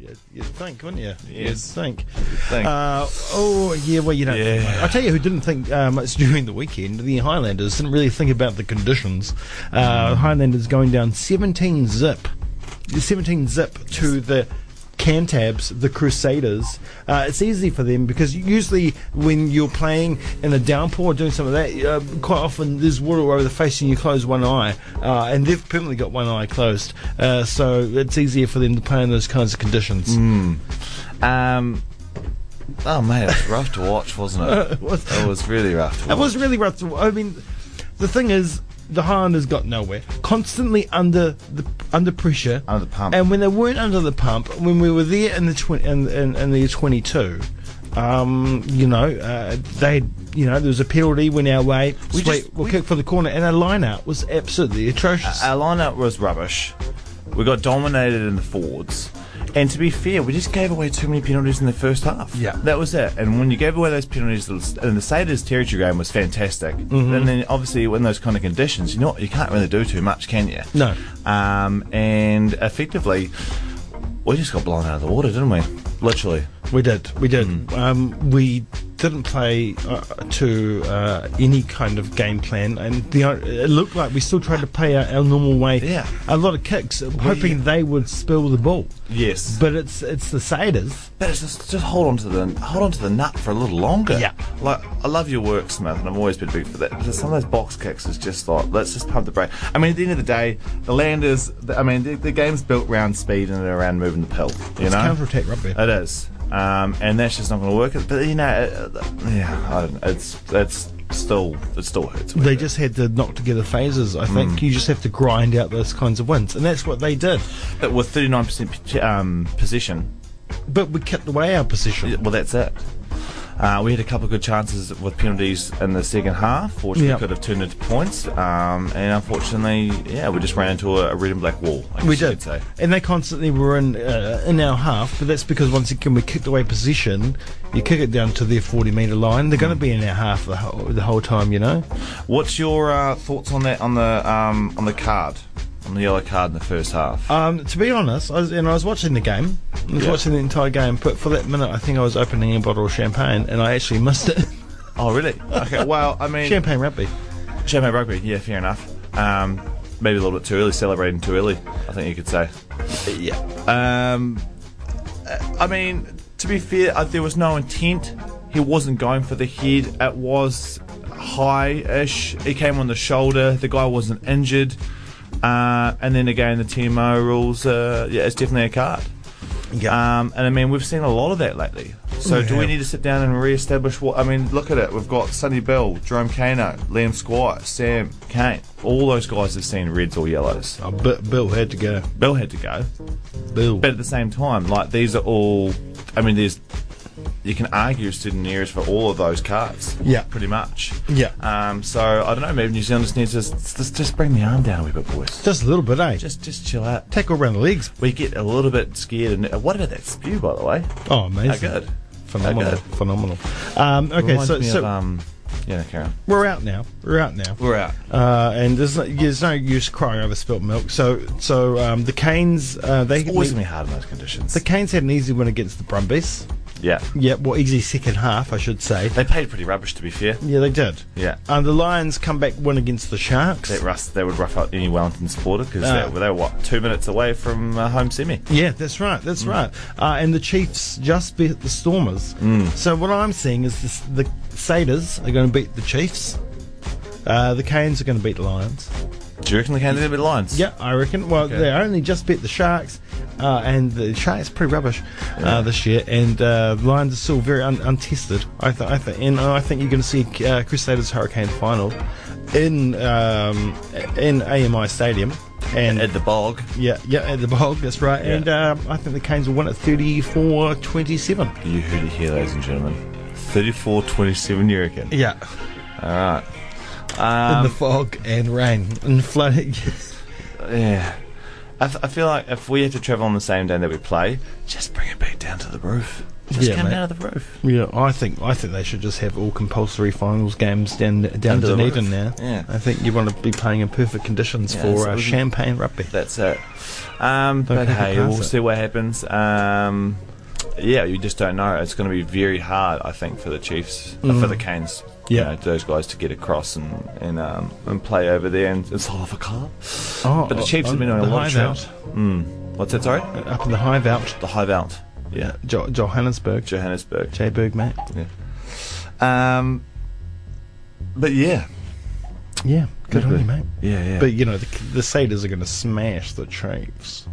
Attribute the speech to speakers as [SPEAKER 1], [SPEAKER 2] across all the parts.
[SPEAKER 1] You'd, you'd think, wouldn't you?
[SPEAKER 2] Yes.
[SPEAKER 1] You'd think.
[SPEAKER 2] think.
[SPEAKER 1] Uh, oh, yeah, well, you don't think
[SPEAKER 2] Yeah.
[SPEAKER 1] much. I tell you who didn't think uh, much during the weekend. The Highlanders didn't really think about the conditions. Uh, Highlanders going down 17 zip. 17 zip to the. Cantabs, the Crusaders. Uh, it's easy for them because usually when you're playing in a downpour or doing some of that, uh, quite often there's water all over the face and you close one eye, uh, and they've permanently got one eye closed. Uh, so it's easier for them to play in those kinds of conditions.
[SPEAKER 2] Um, oh man, it was rough to watch, wasn't it?
[SPEAKER 1] It was-
[SPEAKER 2] It was really rough to
[SPEAKER 1] It
[SPEAKER 2] watch.
[SPEAKER 1] was really rough. To, I mean, the thing is, the Highlanders got nowhere. Constantly under the under pressure,
[SPEAKER 2] Under the pump.
[SPEAKER 1] and when they weren't under the pump, when we were there in the twenty in, in, in the twenty two. Um, you know, uh, they, you know, there was a penalty went our way.
[SPEAKER 2] We
[SPEAKER 1] We
[SPEAKER 2] just-
[SPEAKER 1] we'll
[SPEAKER 2] we-
[SPEAKER 1] kick for the corner, and our line out was absolutely atrocious.
[SPEAKER 2] Our lineup was rubbish. We got dominated in the forwards. And to be fair, we just gave away too many penalties in the first half.
[SPEAKER 1] Yeah.
[SPEAKER 2] That was it. And when you gave away those penalties, and the Satyrs territory game was fantastic.
[SPEAKER 1] Mm-hmm.
[SPEAKER 2] And then obviously, in those kind of conditions, you know, what, you can't really do too much, can you?
[SPEAKER 1] No.
[SPEAKER 2] Um, and effectively, we just got blown out of the water, didn't we? Literally.
[SPEAKER 1] We did. We did.
[SPEAKER 2] Hmm.
[SPEAKER 1] Um, we didn't play uh, to uh, any kind of game plan, and the, o- it looked like we still tried to play our, our normal way.
[SPEAKER 2] Yeah.
[SPEAKER 1] A lot of kicks, hoping they would spill the ball.
[SPEAKER 2] Yes.
[SPEAKER 1] But it's it's the Satyrs.
[SPEAKER 2] But it's just, just hold on to the hold on to the nut for a little longer.
[SPEAKER 1] Yeah.
[SPEAKER 2] Like I love your work, Smith, and I've always been big for that. But some of those box kicks is just like let's just pump the brake. I mean, at the end of the day, the Landers. the- I mean, the, the game's built around speed and around moving the pill. You know, Uh,
[SPEAKER 1] counter-attack rugby.
[SPEAKER 2] It is, um, and that's just not going to work. But you know, it, it- yeah, I don't, it's that's still it still hurts.
[SPEAKER 1] They just had to knock together phases. I think
[SPEAKER 2] Hmm.
[SPEAKER 1] you just have to grind out those kinds of wins, and that's what they did.
[SPEAKER 2] But with thirty nine percent um possession,
[SPEAKER 1] But we kept away our position.
[SPEAKER 2] Yeah, Well, that's it. Uh, we had a couple of good chances with penalties in the second half, which
[SPEAKER 1] Yeah.
[SPEAKER 2] we could have turned into points. Um, and unfortunately, yeah, we just ran into a, a red and black wall. I guess
[SPEAKER 1] We
[SPEAKER 2] you could
[SPEAKER 1] did,
[SPEAKER 2] say.
[SPEAKER 1] and they constantly were in uh, in our half. But that's because once again we kicked away position. You kick it down to their forty meter line. They're going to be in our half the whole the whole time. You know,
[SPEAKER 2] What's your uh, thoughts on that on the um, on the card, on the yellow card in the first half?
[SPEAKER 1] um, to be honest, I was, and I was watching the game. I was
[SPEAKER 2] Yeah.
[SPEAKER 1] watching the entire game, but for that minute, I think I was opening a bottle of champagne, and I actually missed it.
[SPEAKER 2] oh, really? Okay. Well, I mean,
[SPEAKER 1] champagne rugby.
[SPEAKER 2] Champagne rugby. Yeah, fair enough. Um, maybe a little bit too early, celebrating too early. I think you could say.
[SPEAKER 1] Yeah.
[SPEAKER 2] Um, uh, I mean, to be fair, uh, there was no intent. He wasn't going for the head. It was high-ish. He came on the shoulder. The guy wasn't injured. Uh, and then again, the TMO rules. Uh, yeah, it's definitely a card.
[SPEAKER 1] Yeah.
[SPEAKER 2] Um, and I mean, we've seen a lot of that lately. So do we
[SPEAKER 1] have.
[SPEAKER 2] need to sit down and re-establish what? I mean, look at it. We've got Sonny Bill, Jerome Kano, Liam Squire, Sam Kane. All those guys have seen reds or yellows.
[SPEAKER 1] Oh, Bi- Bill had to go.
[SPEAKER 2] Bill had to go.
[SPEAKER 1] Bill.
[SPEAKER 2] But at the same time, like these are all. I mean, there's. You can argue certain areas for all of those cards.
[SPEAKER 1] Yeah.
[SPEAKER 2] Pretty much.
[SPEAKER 1] Yeah.
[SPEAKER 2] Um, so I don't know. Maybe New Zealand just needs to s- just, just bring the arm down a wee bit, boys.
[SPEAKER 1] just a little bit, eh? Just
[SPEAKER 2] Just just chill out.
[SPEAKER 1] tackle around the legs.
[SPEAKER 2] We get a little bit scared. And uh, what about that spew, by the way?
[SPEAKER 1] Oh, amazing.
[SPEAKER 2] How good?
[SPEAKER 1] Phenomenal.
[SPEAKER 2] How good?
[SPEAKER 1] Phenomenal. Um, okay,
[SPEAKER 2] Reminds
[SPEAKER 1] so,
[SPEAKER 2] me
[SPEAKER 1] so
[SPEAKER 2] of, um, yeah, Karen.
[SPEAKER 1] we're out now. We're out now.
[SPEAKER 2] We're out.
[SPEAKER 1] Uh, and there's no, there's no use crying over spilt milk. So so um, the Canes uh, they
[SPEAKER 2] Always gonna be hard in those conditions.
[SPEAKER 1] the Canes had an easy win against the Brumbies.
[SPEAKER 2] yeah.
[SPEAKER 1] Yeah, well, easy second half, I should say.
[SPEAKER 2] They played pretty rubbish, to be fair.
[SPEAKER 1] Yeah, they did.
[SPEAKER 2] Yeah.
[SPEAKER 1] Um, the Lions come back win against the Sharks.
[SPEAKER 2] That rust, they would rough out any Wellington supporter because
[SPEAKER 1] Ah.
[SPEAKER 2] they, they were what two minutes away from uh, home semi.
[SPEAKER 1] Yeah, that's right. That's
[SPEAKER 2] Mm.
[SPEAKER 1] right. Uh, and the Chiefs just beat the Stormers.
[SPEAKER 2] Mm.
[SPEAKER 1] So what I'm seeing is this, the Satyrs are going to beat the Chiefs. Uh, the Canes are going to beat the Lions.
[SPEAKER 2] Do you reckon they came to the bit lines?
[SPEAKER 1] Yeah, I reckon. Well,
[SPEAKER 2] Okay.
[SPEAKER 1] they only just beat the Sharks, uh, and the Sharks pretty rubbish uh, this year. And uh, the Lions are still very un- untested. I think. I think. And I think you're going to see uh, Crusaders Hurricane final in um, in AMI Stadium. And
[SPEAKER 2] At the bog.
[SPEAKER 1] yeah, yeah, at the bog, that's right.
[SPEAKER 2] Yeah.
[SPEAKER 1] And um, I think the Canes will win at 34 27.
[SPEAKER 2] You heard it here, ladies and gentlemen. 34 27, you reckon?
[SPEAKER 1] Yeah.
[SPEAKER 2] Alright.
[SPEAKER 1] in the
[SPEAKER 2] Um,
[SPEAKER 1] fog and rain and flooding.
[SPEAKER 2] yeah. I, f- I feel like if we have to travel on the same day that we play, just bring it back down to the roof. Just
[SPEAKER 1] Yeah,
[SPEAKER 2] come
[SPEAKER 1] mate.
[SPEAKER 2] down to the roof.
[SPEAKER 1] Yeah, I think I think they should just have all compulsory finals games down down
[SPEAKER 2] Under the
[SPEAKER 1] Dunedin now.
[SPEAKER 2] roof. Yeah.
[SPEAKER 1] I think you want to be playing in perfect conditions
[SPEAKER 2] Yeah,
[SPEAKER 1] for
[SPEAKER 2] so
[SPEAKER 1] uh,
[SPEAKER 2] we-
[SPEAKER 1] champagne rugby.
[SPEAKER 2] That's it. Um,
[SPEAKER 1] Don't
[SPEAKER 2] but
[SPEAKER 1] think
[SPEAKER 2] hey,
[SPEAKER 1] it
[SPEAKER 2] we'll
[SPEAKER 1] passes.
[SPEAKER 2] see what happens. Um, yeah, you just don't know. It's going to be very hard, I think, for the Chiefs, uh, for the Canes. you
[SPEAKER 1] Mm. Yeah.
[SPEAKER 2] know, those guys to get across and and, um, and play over there and it's all of a club.
[SPEAKER 1] Oh,
[SPEAKER 2] But the
[SPEAKER 1] oh,
[SPEAKER 2] Chiefs have
[SPEAKER 1] oh,
[SPEAKER 2] been on a
[SPEAKER 1] the
[SPEAKER 2] lot of
[SPEAKER 1] Hive
[SPEAKER 2] trips. Mm. What's that? Sorry,
[SPEAKER 1] Out, up in the Hive Out,
[SPEAKER 2] the Hive Out. Yeah,
[SPEAKER 1] jo- Johannesburg,
[SPEAKER 2] Johannesburg.
[SPEAKER 1] Jayberg, mate.
[SPEAKER 2] Um, but yeah,
[SPEAKER 1] Yeah, good on
[SPEAKER 2] Lovely.
[SPEAKER 1] you, mate.
[SPEAKER 2] yeah, yeah.
[SPEAKER 1] But you know the, the Satyrs are going to smash the Chiefs.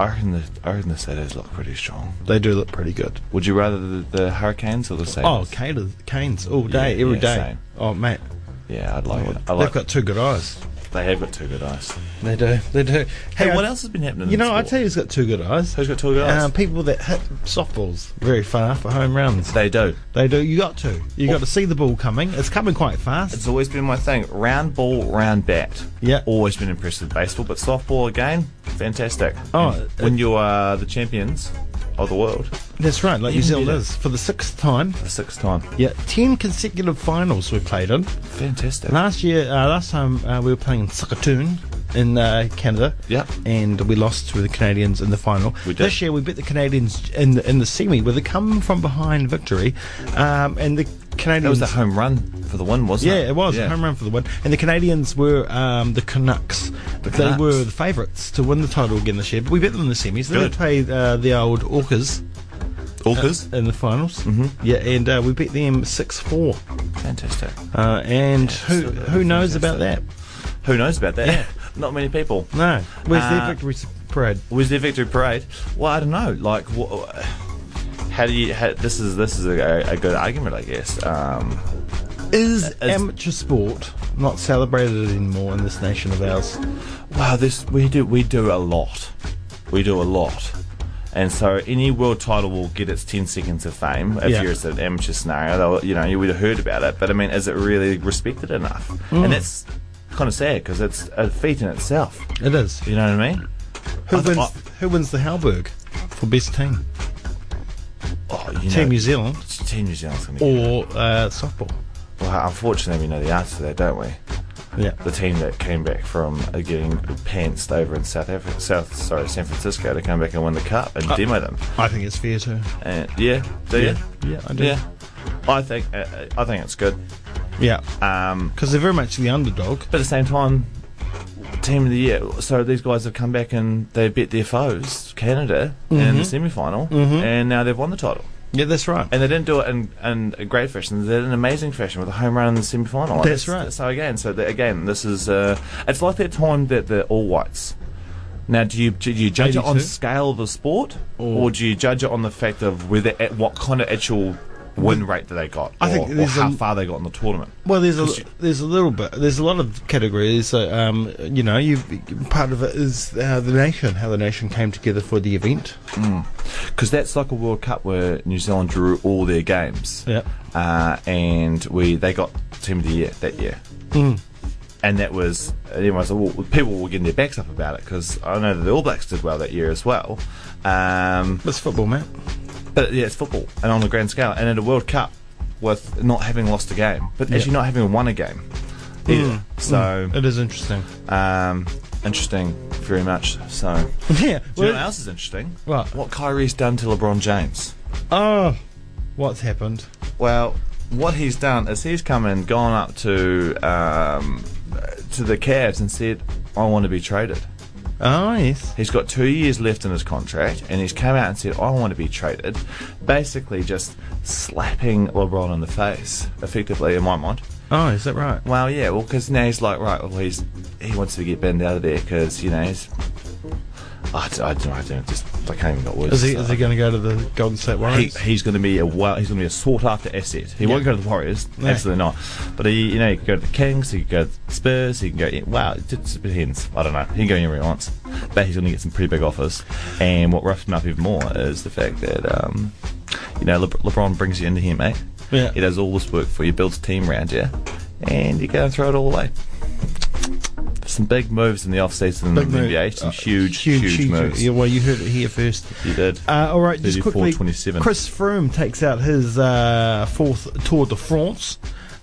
[SPEAKER 2] I reckon the I reckon the Satyrs look pretty strong.
[SPEAKER 1] They do look pretty good.
[SPEAKER 2] Would you rather the, the Hurricanes or the Satyrs?
[SPEAKER 1] Oh, Canes, Canes all day,
[SPEAKER 2] Yeah,
[SPEAKER 1] every
[SPEAKER 2] yeah,
[SPEAKER 1] day.
[SPEAKER 2] same.
[SPEAKER 1] Oh, mate,
[SPEAKER 2] yeah, I'd like it. I
[SPEAKER 1] they've
[SPEAKER 2] like.
[SPEAKER 1] got two good eyes.
[SPEAKER 2] they have got two good eyes.
[SPEAKER 1] They do, they do.
[SPEAKER 2] Hey,
[SPEAKER 1] I-
[SPEAKER 2] what else has been happening?
[SPEAKER 1] You
[SPEAKER 2] in
[SPEAKER 1] know, I
[SPEAKER 2] sport?
[SPEAKER 1] tell you, who's got two good eyes.
[SPEAKER 2] who's got two good eyes?
[SPEAKER 1] Uh, people that hit softballs very far for home runs.
[SPEAKER 2] they do.
[SPEAKER 1] They do. You got to. You got to see the ball coming. It's coming quite fast.
[SPEAKER 2] It's always been my thing. Round ball, round bat.
[SPEAKER 1] Yeah.
[SPEAKER 2] Always been impressed with baseball, but softball again, fantastic.
[SPEAKER 1] Oh,
[SPEAKER 2] And
[SPEAKER 1] it-
[SPEAKER 2] when you are the champions of the world,
[SPEAKER 1] That's right. Like New
[SPEAKER 2] Even
[SPEAKER 1] Zealand
[SPEAKER 2] better.
[SPEAKER 1] is for the sixth time.
[SPEAKER 2] the sixth time,
[SPEAKER 1] Yeah, ten consecutive finals we played in.
[SPEAKER 2] fantastic.
[SPEAKER 1] Last year, uh, last time uh, we were playing in Saskatoon in uh, Canada.
[SPEAKER 2] Yeah.
[SPEAKER 1] And we lost to the Canadians in the final.
[SPEAKER 2] We did.
[SPEAKER 1] This year we beat the Canadians in the, in the semi with a come from behind victory, um, and the Canadians.
[SPEAKER 2] That was the home run for the win, wasn't
[SPEAKER 1] Yeah,
[SPEAKER 2] it?
[SPEAKER 1] it was a home run for the win. And the Canadians were um, the Canucks. They
[SPEAKER 2] Canucks.
[SPEAKER 1] were the favourites to win the title again this year. But we beat them in the semis. Then
[SPEAKER 2] Good.
[SPEAKER 1] they played uh, the old Orcas
[SPEAKER 2] Orcas,
[SPEAKER 1] in the finals. Mm-hmm. Yeah, and uh, we beat them six four.
[SPEAKER 2] fantastic.
[SPEAKER 1] Uh, and who
[SPEAKER 2] so that
[SPEAKER 1] who
[SPEAKER 2] was
[SPEAKER 1] knows about that?
[SPEAKER 2] fantastic. Who knows about that? Not many people.
[SPEAKER 1] No, where's
[SPEAKER 2] Uh,
[SPEAKER 1] their victory parade?
[SPEAKER 2] Was there victory parade? Well, I don't know. Like, wha how do you? How, this is this is a, a good argument, I guess. Um,
[SPEAKER 1] Is
[SPEAKER 2] is-
[SPEAKER 1] amateur sport not celebrated anymore in this nation of ours?
[SPEAKER 2] Wow, this we do we do a lot. We do a lot. And so any world title will get its 10 seconds of fame if
[SPEAKER 1] Yeah.
[SPEAKER 2] you're it's an amateur scenario. They'll, you know, you would have heard about it, but I mean, is it really respected enough?
[SPEAKER 1] Mm.
[SPEAKER 2] And that's kind of sad because it's a feat in itself.
[SPEAKER 1] It is.
[SPEAKER 2] You know what I mean?
[SPEAKER 1] Who
[SPEAKER 2] I th-
[SPEAKER 1] wins? who wins the Halberg for best team?
[SPEAKER 2] Oh, you
[SPEAKER 1] Team
[SPEAKER 2] know,
[SPEAKER 1] New Zealand
[SPEAKER 2] Team New Zealand's going to get
[SPEAKER 1] or uh, softball?
[SPEAKER 2] Well, unfortunately, we know the answer to that, don't we?
[SPEAKER 1] Yeah.
[SPEAKER 2] The team that came back from uh, getting pantsed over in South Africa, South, sorry, San Francisco to come back and win the cup and demo them.
[SPEAKER 1] I think it's fair to.
[SPEAKER 2] And yeah, do you?
[SPEAKER 1] Uh, Yeah, I do.
[SPEAKER 2] Yeah, I think uh, uh, I think it's good.
[SPEAKER 1] Yeah,
[SPEAKER 2] Um,
[SPEAKER 1] because they're very much the underdog.
[SPEAKER 2] but at the same time, team of the year. So these guys have come back and they beat their foes, Canada,
[SPEAKER 1] Mm-hmm.
[SPEAKER 2] in the semi final, and now they've won the title.
[SPEAKER 1] Yeah, that's right.
[SPEAKER 2] And they didn't do it in, in a great fashion. They did it in an amazing fashion with a home run in the semi final.
[SPEAKER 1] That's right.
[SPEAKER 2] So again, so that, again, this is uh, it's like that time that the All Whites. Now, do you do you judge it on
[SPEAKER 1] 82?
[SPEAKER 2] scale of the sport,
[SPEAKER 1] Or-
[SPEAKER 2] or do you judge it on the fact of whether at what kind of actual win rate that they got,
[SPEAKER 1] I
[SPEAKER 2] or,
[SPEAKER 1] think
[SPEAKER 2] or
[SPEAKER 1] there's a-
[SPEAKER 2] how far they got in the tournament?
[SPEAKER 1] Well, there's
[SPEAKER 2] Because
[SPEAKER 1] a
[SPEAKER 2] you-
[SPEAKER 1] there's a little bit. There's a lot of categories. So, um, you know, you part of it is uh, the nation, how the nation came together for the event.
[SPEAKER 2] Because that's like a World Cup where New Zealand drew all their games,
[SPEAKER 1] Yeah.
[SPEAKER 2] uh, and we they got Team of the Year that year.
[SPEAKER 1] Hmm.
[SPEAKER 2] and that was anyway. So well, people were getting their backs up about it because I know that the All Blacks did well that year as well. Um,
[SPEAKER 1] It's football, mate.
[SPEAKER 2] but yeah, it's football and on a grand scale, and at a World Cup with not having lost a game,
[SPEAKER 1] Yeah.
[SPEAKER 2] but
[SPEAKER 1] Hmm.
[SPEAKER 2] actually not having won a game either. So
[SPEAKER 1] It is interesting.
[SPEAKER 2] um, interesting, very much. So
[SPEAKER 1] Yeah.
[SPEAKER 2] do you know what
[SPEAKER 1] well,
[SPEAKER 2] else is interesting?
[SPEAKER 1] What?
[SPEAKER 2] What Kyrie's done to LeBron James.
[SPEAKER 1] oh, what's happened?
[SPEAKER 2] Well, what he's done is he's come and gone up to um, to the Cavs and said, "I want to be traded."
[SPEAKER 1] Oh yes.
[SPEAKER 2] He's got two years left in his contract, and he's come out and said, I want to be traded. Basically, just slapping LeBron in the face, effectively, in my mind.
[SPEAKER 1] Oh, is that right?
[SPEAKER 2] Well, yeah, well, because now he's like, right, well, he's he wants to get bent out of there because, you know, he's. I, d- I don't know, I don't just. I can't even got words.
[SPEAKER 1] Is he
[SPEAKER 2] to
[SPEAKER 1] is
[SPEAKER 2] say.
[SPEAKER 1] he going to go to the Golden State
[SPEAKER 2] He-
[SPEAKER 1] Warriors?
[SPEAKER 2] he's going to be a well, he's going to be a sought after asset. He won't
[SPEAKER 1] Yeah.
[SPEAKER 2] go to the Warriors,
[SPEAKER 1] No.
[SPEAKER 2] absolutely not. But he, you know, he could go to the Kings, he could go to the Spurs, he can go. Wow, it just depends. I don't know. He can go anywhere he wants, but he's going to get some pretty big offers. And what roughs him up even more is the fact that, um, you know, Le- LeBron brings you into here, mate.
[SPEAKER 1] Yeah.
[SPEAKER 2] He does all this work for you, builds a team around you, and you go and throw it all away. some big moves in the offseason in the
[SPEAKER 1] move.
[SPEAKER 2] NBA. Some
[SPEAKER 1] Uh,
[SPEAKER 2] huge, huge, moves.
[SPEAKER 1] Yeah, well, you heard it here first.
[SPEAKER 2] You did.
[SPEAKER 1] Uh, all right, just
[SPEAKER 2] 34,
[SPEAKER 1] quickly,
[SPEAKER 2] 27.
[SPEAKER 1] Chris Froome takes out his uh, fourth Tour de France.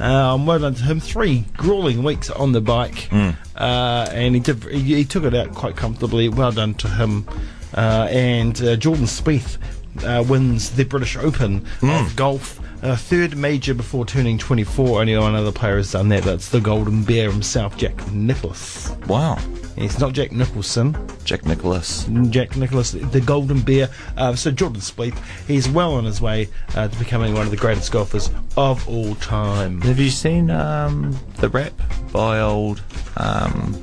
[SPEAKER 1] Um, well done to him. Three grueling weeks on the bike,
[SPEAKER 2] Mm.
[SPEAKER 1] uh, and he, did, he he took it out quite comfortably. Well done to him. Uh, and uh, Jordan Spieth uh, wins the British Open
[SPEAKER 2] Mm.
[SPEAKER 1] of golf. Uh, third major before turning 24. Only one other player has done that. That's the Golden Bear himself, Jack Nicklaus.
[SPEAKER 2] wow.
[SPEAKER 1] It's not Jack Nicholson.
[SPEAKER 2] Jack Nicholas.
[SPEAKER 1] Jack Nicholas, the Golden Bear. Uh, so Jordan Spieth, he's well on his way uh, to becoming one of the greatest golfers of all time.
[SPEAKER 2] Have you seen um, the rap by old um,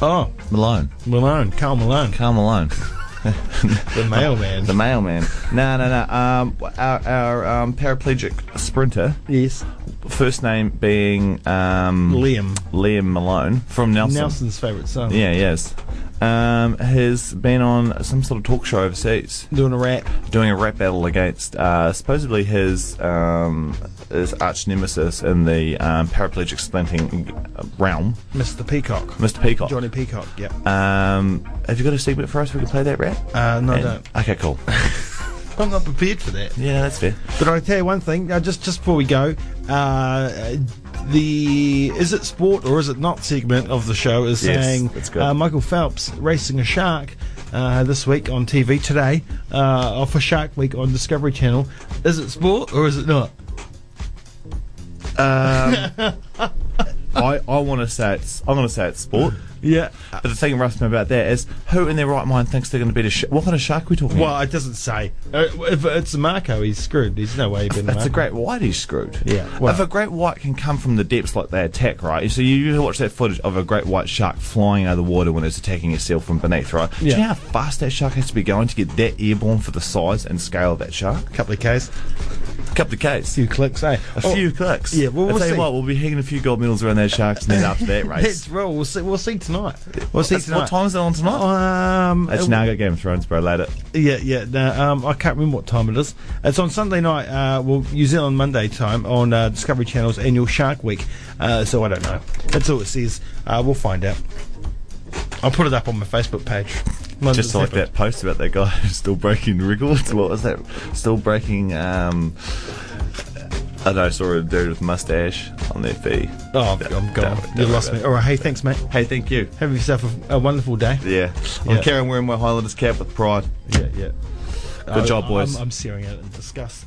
[SPEAKER 1] Oh,
[SPEAKER 2] Malone?
[SPEAKER 1] Malone, Carl Malone,
[SPEAKER 2] Carl Malone.
[SPEAKER 1] the mailman.
[SPEAKER 2] The mailman. No, no, no. Um, our our um, paraplegic sprinter,
[SPEAKER 1] yes,
[SPEAKER 2] first name being um,
[SPEAKER 1] Liam,
[SPEAKER 2] Liam Malone from Nelson.
[SPEAKER 1] Nelson's favourite son.
[SPEAKER 2] Yeah, yes. Um, has been on some sort of talk show overseas,
[SPEAKER 1] Doing a rap.
[SPEAKER 2] doing a rap battle against uh, supposedly his um, his arch nemesis in the um, paraplegic sprinting realm,
[SPEAKER 1] Mr. Peacock.
[SPEAKER 2] Mr. Peacock.
[SPEAKER 1] Johnny Peacock, yeah.
[SPEAKER 2] Um, have you got a segment for us? We can play that rap.
[SPEAKER 1] Uh, no, I
[SPEAKER 2] And-
[SPEAKER 1] don't.
[SPEAKER 2] Okay, cool.
[SPEAKER 1] I'm not prepared for that.
[SPEAKER 2] Yeah, that's fair.
[SPEAKER 1] But I'll tell you one thing, uh, just just before we go, uh, the is it sport or is it not segment of the show is
[SPEAKER 2] Yes,
[SPEAKER 1] saying
[SPEAKER 2] that's good.
[SPEAKER 1] uh, Michael Phelps racing a shark uh, this week on TV today uh, off a Shark Week on Discovery Channel. Is it sport or is it not?
[SPEAKER 2] I, I want to say it's I'm going to say it's sport.
[SPEAKER 1] Yeah.
[SPEAKER 2] But the thing that me about that is who in their right mind thinks they're going to beat a shark? What kind of shark are we talking? about?
[SPEAKER 1] Well, it doesn't say. Uh, if it's Marco, he's screwed. There's no way he's been.
[SPEAKER 2] That's a
[SPEAKER 1] Marco.
[SPEAKER 2] great white he's screwed.
[SPEAKER 1] Yeah, well-
[SPEAKER 2] if a great white can come from the depths like they attack, right? So you usually watch that footage of a great white shark flying out of the water when it's attacking itself from beneath, right? Do
[SPEAKER 1] Yeah.
[SPEAKER 2] you know how fast that shark has to be going to get that airborne for the size and scale of that shark?
[SPEAKER 1] couple of k's,
[SPEAKER 2] couple of Ks.
[SPEAKER 1] few clicks, eh?
[SPEAKER 2] A few clicks.
[SPEAKER 1] yeah, well,
[SPEAKER 2] I
[SPEAKER 1] we'll
[SPEAKER 2] tell
[SPEAKER 1] see.
[SPEAKER 2] you what, we'll be hanging a few gold medals around those sharks, and then after that race,
[SPEAKER 1] That's real. Oh, We'll see. We'll see tonight. We'll see
[SPEAKER 2] That's-
[SPEAKER 1] tonight.
[SPEAKER 2] what time is it on tonight?
[SPEAKER 1] Um,
[SPEAKER 2] It's
[SPEAKER 1] it-
[SPEAKER 2] now got Game of Thrones, bro. Later.
[SPEAKER 1] Yeah, yeah. No, um, I can't remember what time it is. It's on Sunday night, uh, well, New Zealand Monday time on uh, Discovery Channel's annual Shark Week. Uh, so I don't know. That's all it says. Uh, we'll find out. I'll put it up on my Facebook page. Once
[SPEAKER 2] Just
[SPEAKER 1] it's
[SPEAKER 2] like
[SPEAKER 1] happened.
[SPEAKER 2] that post about that guy who's still breaking records. What was that? Still breaking. Um, I know, I saw a dude with mustache on their feet.
[SPEAKER 1] Oh, I'm- I'm gone.
[SPEAKER 2] Don't- don't
[SPEAKER 1] you
[SPEAKER 2] worry
[SPEAKER 1] lost
[SPEAKER 2] about
[SPEAKER 1] me. All right. Hey, thanks, mate.
[SPEAKER 2] it. Hey, thank you.
[SPEAKER 1] Have yourself a, a wonderful day.
[SPEAKER 2] Yeah.
[SPEAKER 1] Yeah.
[SPEAKER 2] I'm carrying wearing my Highlanders cap with pride.
[SPEAKER 1] Yeah, yeah.
[SPEAKER 2] Good job, boys.
[SPEAKER 1] I'm, I'm staring at it in disgust.